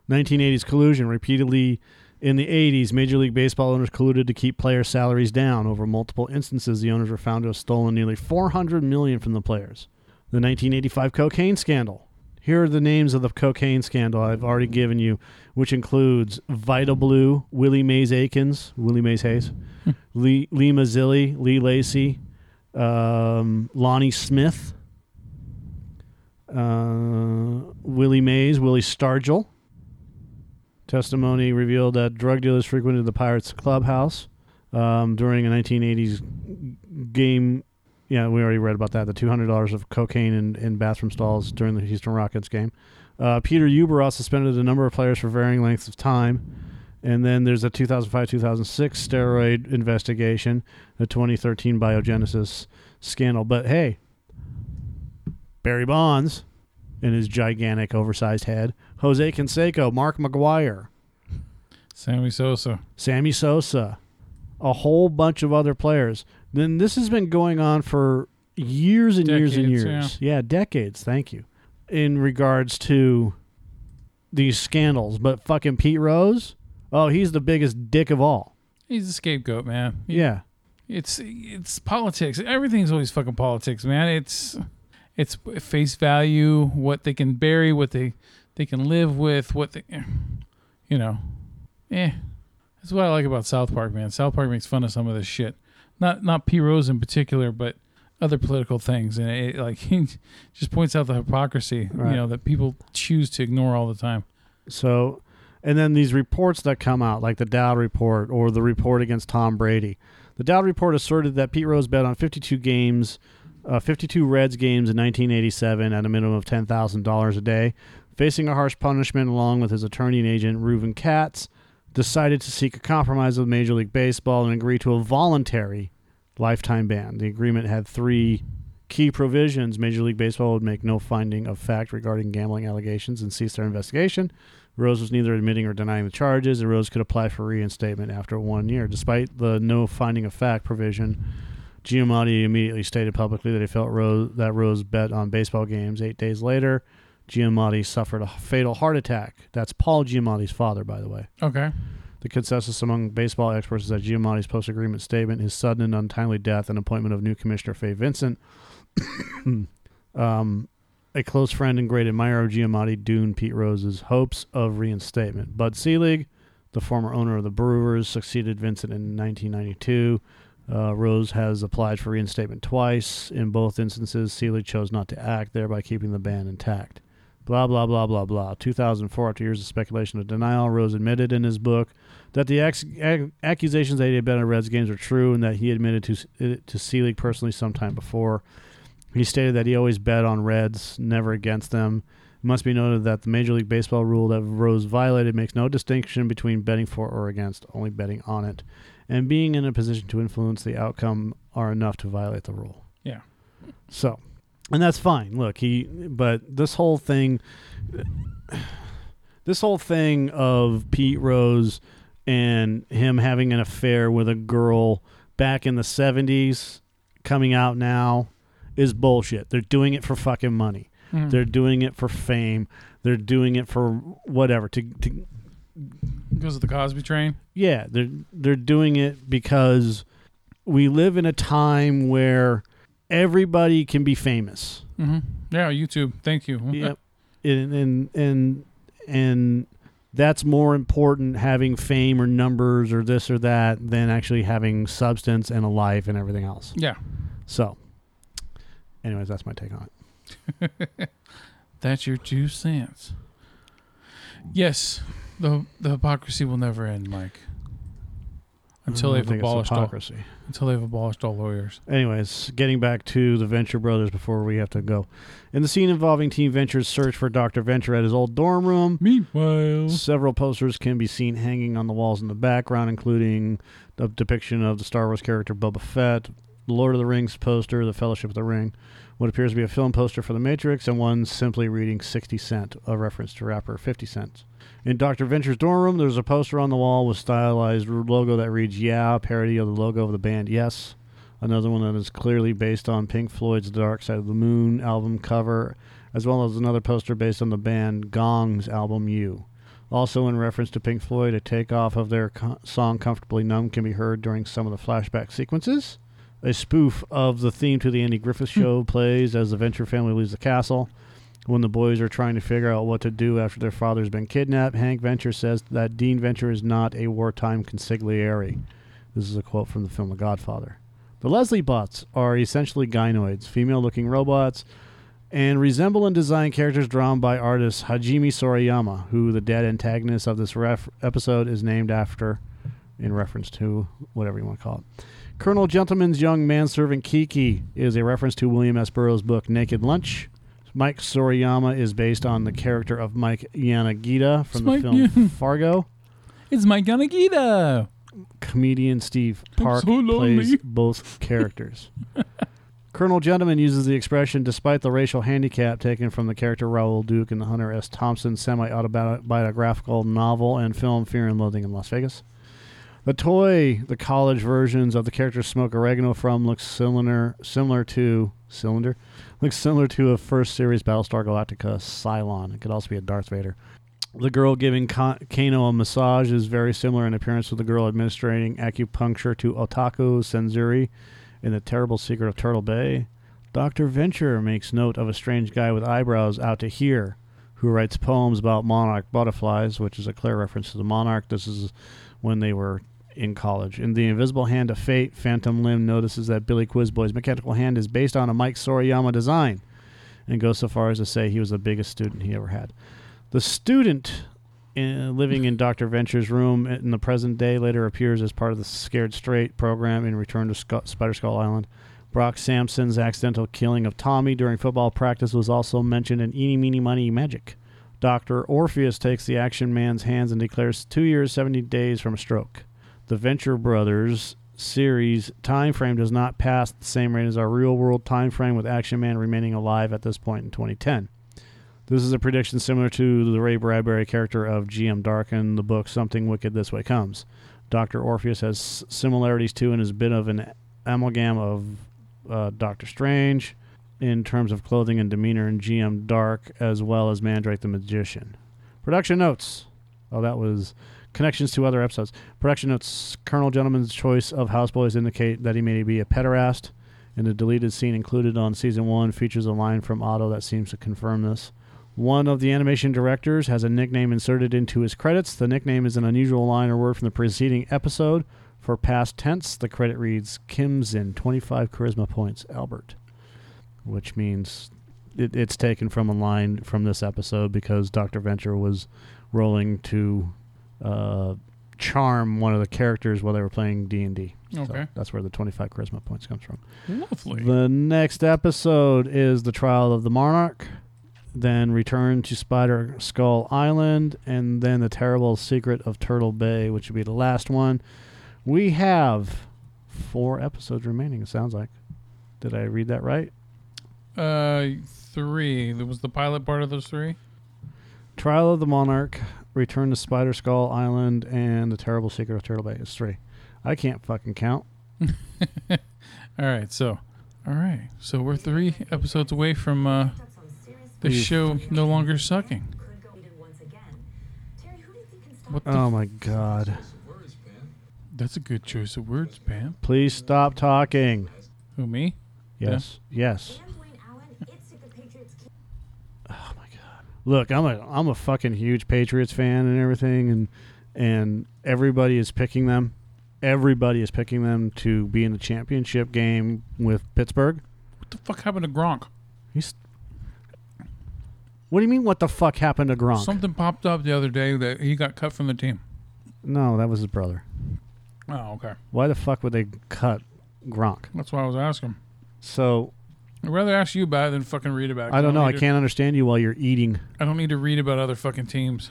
S4: 1980s collusion repeatedly in the 80s, Major League Baseball owners colluded to keep player salaries down. Over multiple instances, the owners were found to have stolen nearly 400 million from the players. The 1985 cocaine scandal. Here are the names of the cocaine scandal I've already given you, which includes Vita Blue, Willie Mays Aikens, Willie Mays Hayes, Lee, Lee Mazzilli, Lee Lacey, um, Lonnie Smith, uh, Willie Mays, Willie Stargell. Testimony revealed that drug dealers frequented the Pirates clubhouse um, during a 1980s game. Yeah, we already read about that. The $200 of cocaine in, in bathroom stalls during the Houston Rockets game. Uh, Peter Uberoth suspended a number of players for varying lengths of time. And then there's a 2005 2006 steroid investigation, the 2013 biogenesis scandal. But hey, Barry Bonds in his gigantic, oversized head, Jose Canseco, Mark McGuire,
S5: Sammy Sosa.
S4: Sammy Sosa, a whole bunch of other players. Then this has been going on for years and years and
S5: Decades,
S4: years. Yeah. decades. Thank you. In regards to these scandals, but fucking Pete Rose, oh, he's the biggest dick of all.
S5: He's a scapegoat, man.
S4: Yeah.
S5: It's it's politics. Everything's always fucking politics, man. It's it's face value, what they can bury, what they they can live with, what they you know. Eh. That's what I like about South Park, man. South Park makes fun of some of this shit. Not not P Rose in particular, but other political things and it like he just points out the hypocrisy,
S4: Right.
S5: you know, that people choose to ignore all the time.
S4: So, and then these reports that come out, like the Dowd report or the report against Tom Brady. The Dowd report asserted that Pete Rose bet on 52 games, uh, 52 Reds games in 1987 at a minimum of $10,000 a day. Facing a harsh punishment along with his attorney and agent, Reuven Katz, decided to seek a compromise with Major League Baseball and agree to a voluntary lifetime ban. The agreement had three key provisions. Major League Baseball would make no finding of fact regarding gambling allegations and cease their investigation. Rose was neither admitting or denying the charges, and Rose could apply for reinstatement after one year. Despite the no finding of fact provision, Giamatti immediately stated publicly that he felt Rose, that Rose bet on baseball games. Eight days later, Giamatti suffered a fatal heart attack. That's Paul Giamatti's father, by the way.
S5: Okay.
S4: The consensus among baseball experts is that Giamatti's post agreement statement, his sudden and untimely death, and appointment of new commissioner Faye Vincent, um, a close friend and great admirer of Giamatti, doomed Pete Rose's hopes of reinstatement. Bud Selig, the former owner of the Brewers, succeeded Vincent in 1992. Uh, Rose has applied for reinstatement twice. In both instances, Selig chose not to act, thereby keeping the ban intact. Blah, blah, blah, blah, blah. 2004, after years of speculation and denial, Rose admitted in his book that the ex- ac- accusations that he had been at Reds games were true and that he admitted to, eh, to Selig personally sometime before. He stated that he always bet on Reds, never against them. It must be noted that the Major League Baseball rule that Rose violated makes no distinction between betting for or against, only betting on it. And being in a position to influence the outcome are enough to violate the rule.
S5: Yeah.
S4: So, and that's fine. Look, he, but this whole thing, this whole thing of Pete Rose and him having an affair with a girl back in the 70s coming out now is bullshit. They're doing it for fucking money.
S5: Mhm.
S4: They're doing it for fame. They're doing it for whatever to to
S5: because of the Cosby train.
S4: Yeah, they're they're doing it because we live in a time where everybody can be famous.
S5: hmm Yeah, YouTube. Thank you.
S4: yep. And, and and and that's more important having fame or numbers or this or that than actually having substance and a life and everything else.
S5: yeah.
S4: So, anyways, that's my take on it.
S5: That's your two cents. Yes, the the hypocrisy will never end, Mike. Until
S4: Mm, I
S5: they've
S4: think it's
S5: abolished all,
S4: hypocrisy.
S5: until they've abolished all lawyers.
S4: Anyways, getting back to the Venture brothers before we have to go. In the scene involving Team Venture's search for Dr. Venture at his old dorm room,
S5: Meanwhile,
S4: Several posters can be seen hanging on the walls in the background, including the depiction of the Star Wars character Boba Fett, the Lord of the Rings poster, the Fellowship of the Ring, what appears to be a film poster for The Matrix, and one simply reading 60 Cent, a reference to rapper 50 Cent. In Dr. Venture's dorm room, there's a poster on the wall with stylized logo that reads Yeah, a parody of the logo of the band Yes. Another one that is clearly based on Pink Floyd's The Dark Side of the Moon album cover, as well as another poster based on the band Gong's album You. Also, in reference to Pink Floyd, a takeoff of their co- song Comfortably Numb can be heard during some of the flashback sequences. A spoof of the theme to the Andy Griffith Show plays as the Venture family leaves the castle. When the boys are trying to figure out what to do after their father's been kidnapped, Hank Venture says that Dean Venture is not a wartime consigliere. This is a quote from the film The Godfather. The Leslie bots are essentially gynoids, female looking robots and resemble and design characters drawn by artist Hajime Sorayama, who the dead antagonist of this ref- episode is named after, in reference to whatever you want to call it. Colonel Gentleman's young manservant Kiki is a reference to William S. Burroughs' book Naked Lunch. Mike Sorayama is based on the character of Mike Yanagita from
S5: Mike
S4: the film
S5: Yan-
S4: Fargo.
S5: it's Mike Yanagita.
S4: Comedian Steve Park
S5: so lonely.
S4: plays both characters. Colonel Gentleman uses the expression despite the racial handicap taken from the character Raoul Duke in the Hunter S. Thompson semi autobiographical novel and film Fear and Loathing in Las Vegas. The toy, the college versions of the character Smoke Oregano from looks similar similar to cylinder looks similar to a first series Battlestar Galactica Cylon. It could also be a Darth Vader. The girl giving Ka- Kano a massage is very similar in appearance to the girl administering acupuncture to Otaku Senzuri in The Terrible Secret of Turtle Bay. Dr. Venture makes note of a strange guy with eyebrows out to here who writes poems about monarch butterflies, which is a clear reference to the monarch. This is when they were in college. In The Invisible Hand of Fate, Phantom Limb notices that Billy Quizboy's mechanical hand is based on a Mike Sorayama design and goes so far as to say he was the biggest student he ever had. The student uh living in Dr. Venture's room in the present day later appears as part of the Scared Straight program in Return to Sc- Spider Skull Island. Brock Sampson's accidental killing of Tommy during football practice was also mentioned in Eeny, Meeny, Money, Magic. Dr. Orpheus takes the action man's hands and declares two years, 70 days from a stroke. The Venture Brothers series time frame does not pass the same rate as our real world time frame with Action Man remaining alive at this point in 2010. This is a prediction similar to the Ray Bradbury character of G.M. Dark in the book Something Wicked This Way Comes. Dr. Orpheus has s- similarities to and is a bit of an amalgam of uh, Doctor Strange in terms of clothing and demeanor in GM Dark, as well as Mandrake the Magician. Production notes. Oh, that was connections to other episodes. Production notes. Colonel Gentleman's choice of houseboys indicate that he may be a pederast, and the deleted scene included on season one features a line from Otto that seems to confirm this. One of the animation directors has a nickname inserted into his credits. The nickname is an unusual line or word from the preceding episode. For past tense, the credit reads Kim's in 25 charisma points, Albert, which means it, it's taken from a line from this episode because Dr. Venture was rolling to uh, charm one of the characters while they were playing D&D.
S5: Okay.
S4: So that's where the 25 charisma points comes from.
S5: Lovely.
S4: The next episode is the trial of the monarch, then return to Spider Skull Island, and then the terrible secret of Turtle Bay, which would be the last one. We have four episodes remaining. It sounds like. Did I read that right?
S5: Uh, three. There was the pilot part of those three.
S4: Trial of the Monarch, Return to Spider Skull Island, and the terrible secret of Turtle Bay. It's three. I can't fucking count.
S5: All right. So, all right. So we're three episodes away from uh, the
S4: Please.
S5: show no longer sucking.
S2: Could go once again. Terry, who do you think can stop
S5: What the
S4: Oh my god.
S5: That's a good choice of words, Pam.
S4: Please stop talking.
S5: Who me?
S4: Yes. Yes.
S2: I'm Wayne Allen. It's the Patriots.
S4: Look, I'm a I'm a fucking huge Patriots fan and everything and and everybody is picking them. Everybody is picking them to be in the championship game with Pittsburgh.
S5: What the fuck happened to Gronk?
S4: He's What do you mean what the fuck happened to Gronk?
S5: Something popped up the other day that he got cut from the team.
S4: no, that was his brother.
S5: Oh, okay.
S4: Why the fuck would they cut Gronk?
S5: That's why I was asking.
S4: So,
S5: I'd rather ask you about it than fucking read about it.
S4: I don't know. I
S5: need to-
S4: can't understand you while you're eating.
S5: I don't need to read about other fucking teams.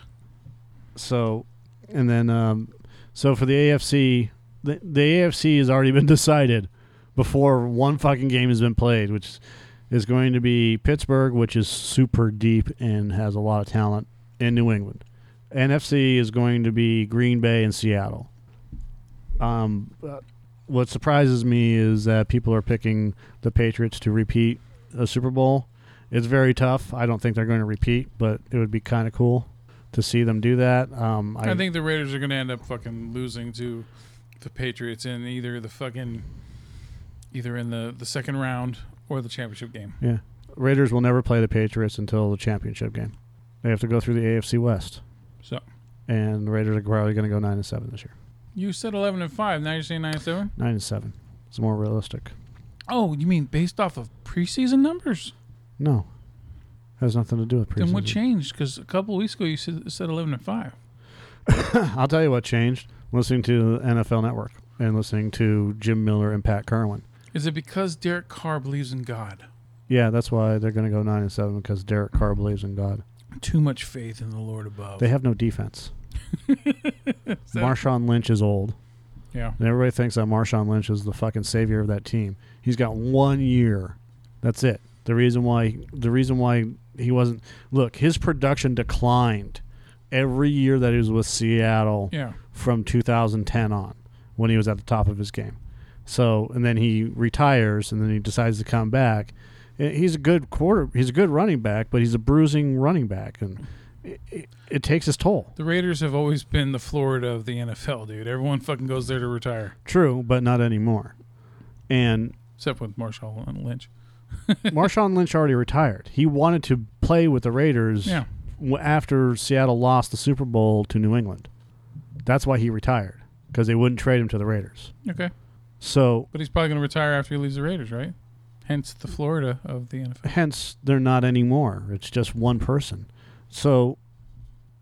S4: So, and then, um, so for the AFC, the, the AFC has already been decided before one fucking game has been played, which is going to be Pittsburgh, which is super deep and has a lot of talent, and New England. NFC is going to be Green Bay and Seattle. Um, uh, what surprises me is that people are picking the Patriots to repeat a Super Bowl. It's very tough. I don't think they're going to repeat, but it would be kind of cool to see them do that. Um,
S5: I, think the Raiders are going to end up fucking losing to the Patriots in either the fucking either in the the second round or the championship game.
S4: Yeah. Raiders will never play the Patriots until the championship game. They have to go through the AFC West.
S5: So
S4: And the Raiders are probably going to go 9 and 7 this year.
S5: you said eleven and five. Now you're saying nine and seven.
S4: 9 and 7. It's more realistic.
S5: Oh, you mean based off of preseason numbers?
S4: No. Has nothing to do with preseason.
S5: Then what changed? Because a couple weeks ago you said, said eleven and five.
S4: I'll tell you what changed. Listening to the NFL Network and listening to Jim Miller and Pat Kerwin.
S5: Is it because Derek Carr believes in God?
S4: Yeah, that's why they're going to go 9 and 7 because Derek Carr believes in God.
S5: Too much faith in the Lord above.
S4: They have no defense. Marshawn Lynch is old.
S5: yeah.
S4: And everybody thinks that Marshawn Lynch is the fucking savior of that team. He's got one year. That's it. The reason why the reason why he wasn't look, his production declined every year that he was with Seattle
S5: Yeah.
S4: from 2010 on when he was at the top of his game. So, and then he retires and then he decides to come back. Eh, He's a good quarter, he's a good running back, but he's a bruising running back and it, it, it takes its toll.
S5: The Raiders have always been the Florida of the NFL, dude. Everyone fucking goes there to retire,
S4: True, but not anymore. And
S5: except with Marshall and Lynch.
S4: Marshawn Lynch already retired. He wanted to play with the Raiders
S5: Yeah.
S4: w- after Seattle lost the Super Bowl to New England. That's why he retired because they wouldn't trade him to the Raiders.
S5: Okay.
S4: So,
S5: But he's probably going to retire after he leaves the Raiders, right? Hence the Florida of the NFL.
S4: hence they're not anymore. It's just one person. So,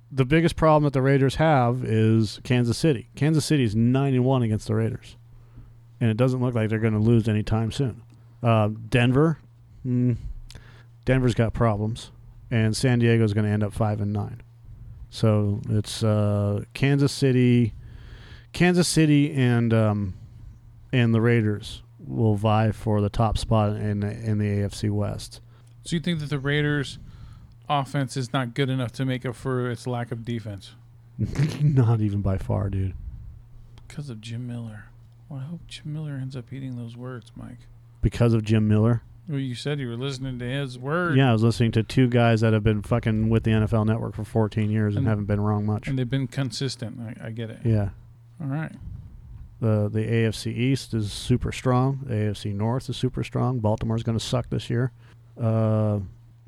S4: the biggest problem that the Raiders have is Kansas City. Kansas City is nine and one against the Raiders, and it doesn't look like they're going to lose anytime soon. Uh, Denver, mm, Denver's got problems, and San Diego's going to end up five and nine. So it's uh, Kansas City, Kansas City, and um, and the Raiders will vie for the top spot in in the AFC West.
S5: So you think that the Raiders' offense is not good enough to make up for its lack of defense
S4: Not even by far, dude.
S5: because of Jim Miller? Well, I hope Jim Miller ends up eating those words, Mike.
S4: Because of Jim Miller.
S5: Well, you said you were listening to his words,
S4: Yeah, I was listening to two guys that have been fucking with the NFL Network for 14 years and
S5: And-
S4: haven't been wrong much.
S5: and they've been consistent. I, I get it.
S4: Yeah.
S5: All right.
S4: The the AFC East is super strong. The AFC North is super strong. Baltimore's going to suck this year. Uh,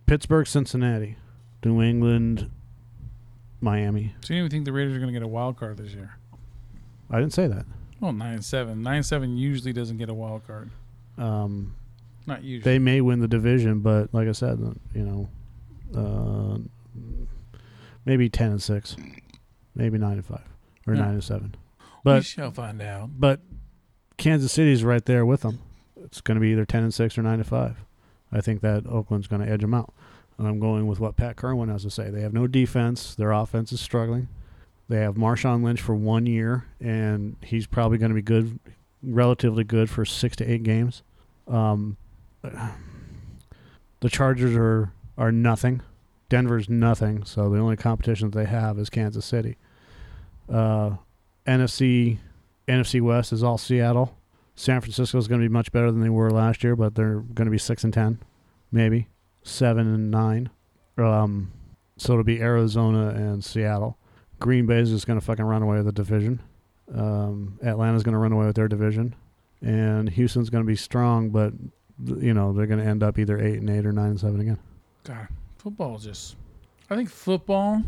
S4: Pittsburgh, Cincinnati, New England, Miami.
S5: So you don't even think the Raiders are going to get a wild card this year?
S4: I didn't say that.
S5: Well, nine and seven. Nine and seven usually doesn't get a wild card.
S4: Um,
S5: Not usually.
S4: they may win the division, but like I said, you know, uh, maybe ten and six, maybe nine and five or
S5: Yeah.
S4: nine and seven.
S5: we
S4: But
S5: shall find out.
S4: but Kansas City's right there with them. It's going to be either ten and six or nine and five. I think that Oakland's going to edge them out, and I'm going with what Pat Kerwin has to say. They have no defense. Their offense is struggling. They have Marshawn Lynch for one year, and he's probably going to be good, relatively good for six to eight games. Um, the Chargers are are nothing. Denver's nothing. So the only competition that they have is Kansas City. Uh, NFC NFC West is all Seattle. San Francisco is going to be much better than they were last year, but they're going to be six and ten, maybe seven and nine. Um, so it'll be Arizona and Seattle. Green Bay's just going to fucking run away with the division. Um, Atlanta's going to run away with their division, and Houston's going to be strong, but th- you know they're going to end up either eight and eight or nine and seven again.
S5: God, football is just. I think football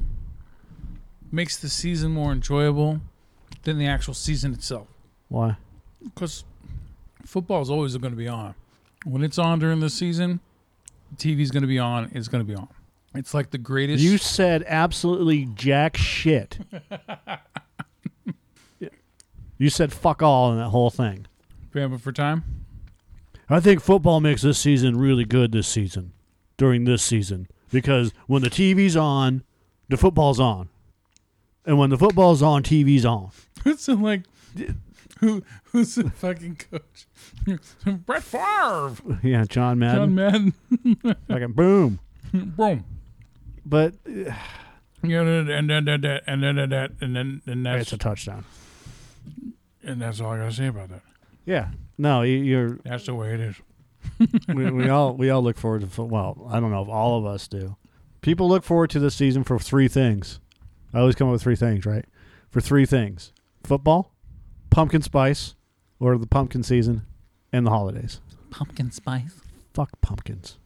S5: makes the season more enjoyable than the actual season itself.
S4: Why?
S5: Because football's always going to be on. When it's on during the season, TV's going to be on. It's going to be on. It's like the greatest.
S4: You said absolutely jack shit. you said fuck all in that whole thing.
S5: Yeah, but for time.
S4: I think football makes this season really good this season, during this season, because when the TV's on, the football's on. And when the football's on, TV's on.
S5: so like, who who's the fucking coach? Brett Favre,
S4: Yeah, John
S5: John
S4: Madden.
S5: Madden.
S4: Fucking boom.
S5: Boom.
S4: But
S5: Yeah, and then that, that, and then that, that, and then and
S4: it's
S5: that's
S4: a touchdown.
S5: and that's all I gotta say about that.
S4: Yeah. No, you- you're.
S5: That's the way it is.
S4: We, we all we all look forward to fo- well, I don't know if all of us do. People look forward to this season for three things. I always come up with three things, right? For three things: football, pumpkin spice, or the pumpkin season, and the holidays.
S5: Pumpkin spice.
S4: Fuck pumpkins.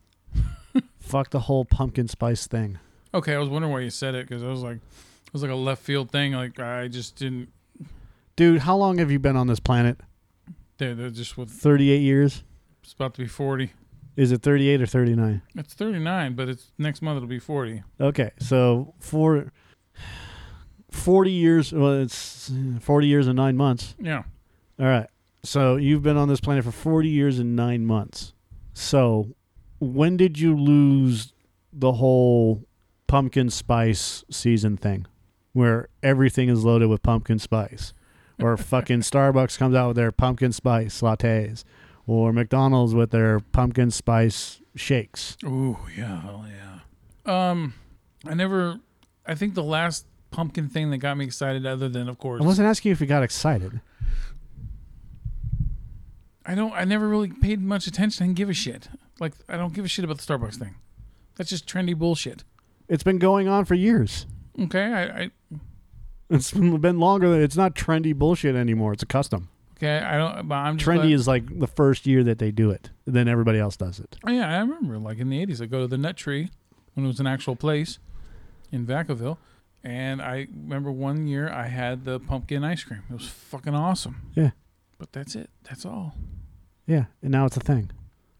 S4: Fuck the whole pumpkin spice thing.
S5: Okay, I was wondering why you said it because I was like, it was like a left field thing. Like I just didn't.
S4: Dude, how long have you been on this planet?
S5: They're, they're just with.
S4: 38 years?
S5: It's about to be forty.
S4: Is it 38 or 39?
S5: It's thirty nine, but it's next month. It'll be forty.
S4: Okay, so for 40 years, well, it's 40 years and nine months.
S5: Yeah.
S4: All right. So you've been on this planet for 40 years and nine months. So when did you lose the whole pumpkin spice season thing where everything is loaded with pumpkin spice? Or fucking Starbucks comes out with their pumpkin spice lattes, or McDonald's with their pumpkin spice shakes.
S5: Ooh, yeah, hell yeah. Um, I never. I think the last pumpkin thing that got me excited, other than of course,
S4: I wasn't asking if you got excited.
S5: I don't. I never really paid much attention and give a shit. Like I don't give a shit about the Starbucks thing. That's just trendy bullshit.
S4: It's been going on for years.
S5: Okay, I, I
S4: It's been longer than it's not trendy bullshit anymore. It's a custom.
S5: okay, I don't. But I'm just
S4: Trendy
S5: glad-
S4: is like the first year that they do it, then everybody else does it.
S5: Oh, yeah, I remember like in the 80s, I go to the Nut Tree when it was an actual place in Vacaville. And I remember one year I had the pumpkin ice cream. It was fucking awesome.
S4: Yeah.
S5: But that's it. That's all.
S4: Yeah, and now it's a thing.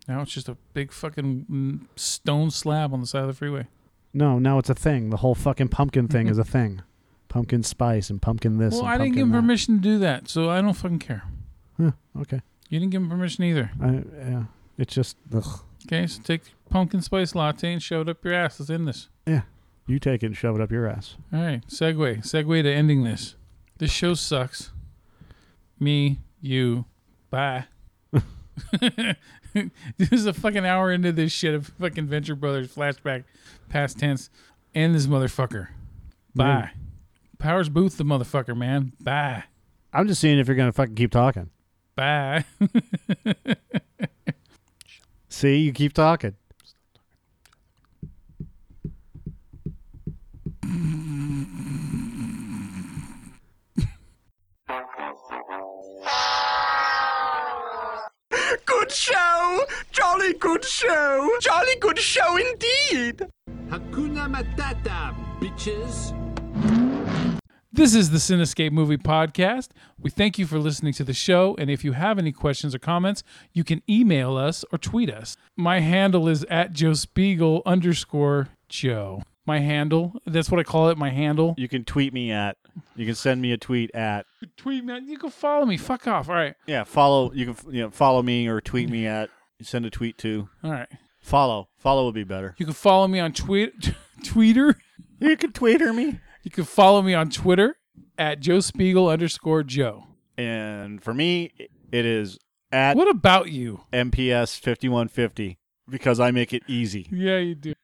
S5: Now it's just a big fucking mm, stone slab on the side of the freeway.
S4: No, now it's a thing. The whole fucking pumpkin thing is a thing. Pumpkin spice and pumpkin this.
S5: well,
S4: and
S5: I didn't give
S4: pumpkin uh,
S5: him
S4: that.
S5: permission to do that, so I don't fucking care.
S4: Okay.
S5: You didn't give him permission either.
S4: I, yeah. It's just ugh.
S5: Okay, so take your pumpkin spice latte and shove it up your ass. It's in this.
S4: you take it and shove it up your ass.
S5: All right, segue, segue to ending this. This show sucks. Me, you, bye. this is a fucking hour into this shit of fucking Venture Brothers flashback, past tense. End this motherfucker. Bye.
S4: Man.
S5: Powers Booth, the motherfucker, man. Bye.
S4: I'm just seeing if you're gonna fucking keep talking.
S5: Bye.
S4: See, you keep talking.
S6: Good show! Jolly good show! Jolly good show indeed!
S7: Hakuna Matata, bitches.
S5: This is the Cinescape Movie Podcast. We thank you for listening to the show. And if you have any questions or comments, you can email us or tweet us. My handle is at Joe Spiegel underscore Joe. My handle. That's what I call it. My handle.
S4: You can tweet me at. You can send me a tweet at.
S5: Tweet me. You can follow me. Fuck off. All right.
S4: Yeah, follow. You can you know, follow me or tweet me at. Send a tweet to.
S5: All right.
S4: Follow. Follow would be better.
S5: You can follow me on tweet, Twitter.
S4: You can tweeter me.
S5: You can follow me on Twitter at Joe Spiegel underscore Joe.
S4: And for me, it is at
S5: What about you?
S4: MPS 5150 because I make it easy.
S5: Yeah, you do.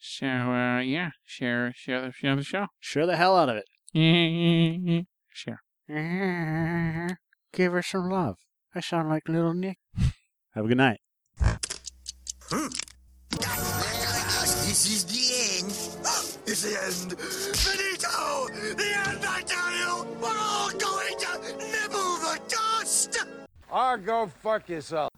S5: Share, uh, yeah, share, share the, share the show.
S4: Share the hell out of it.
S5: share.
S4: Give her some love. I sound like little Nick. Have a good night.
S6: This is the end. It's the end. Finito! The end, I tell you! We're all going to nibble the dust!
S8: Or go fuck yourself.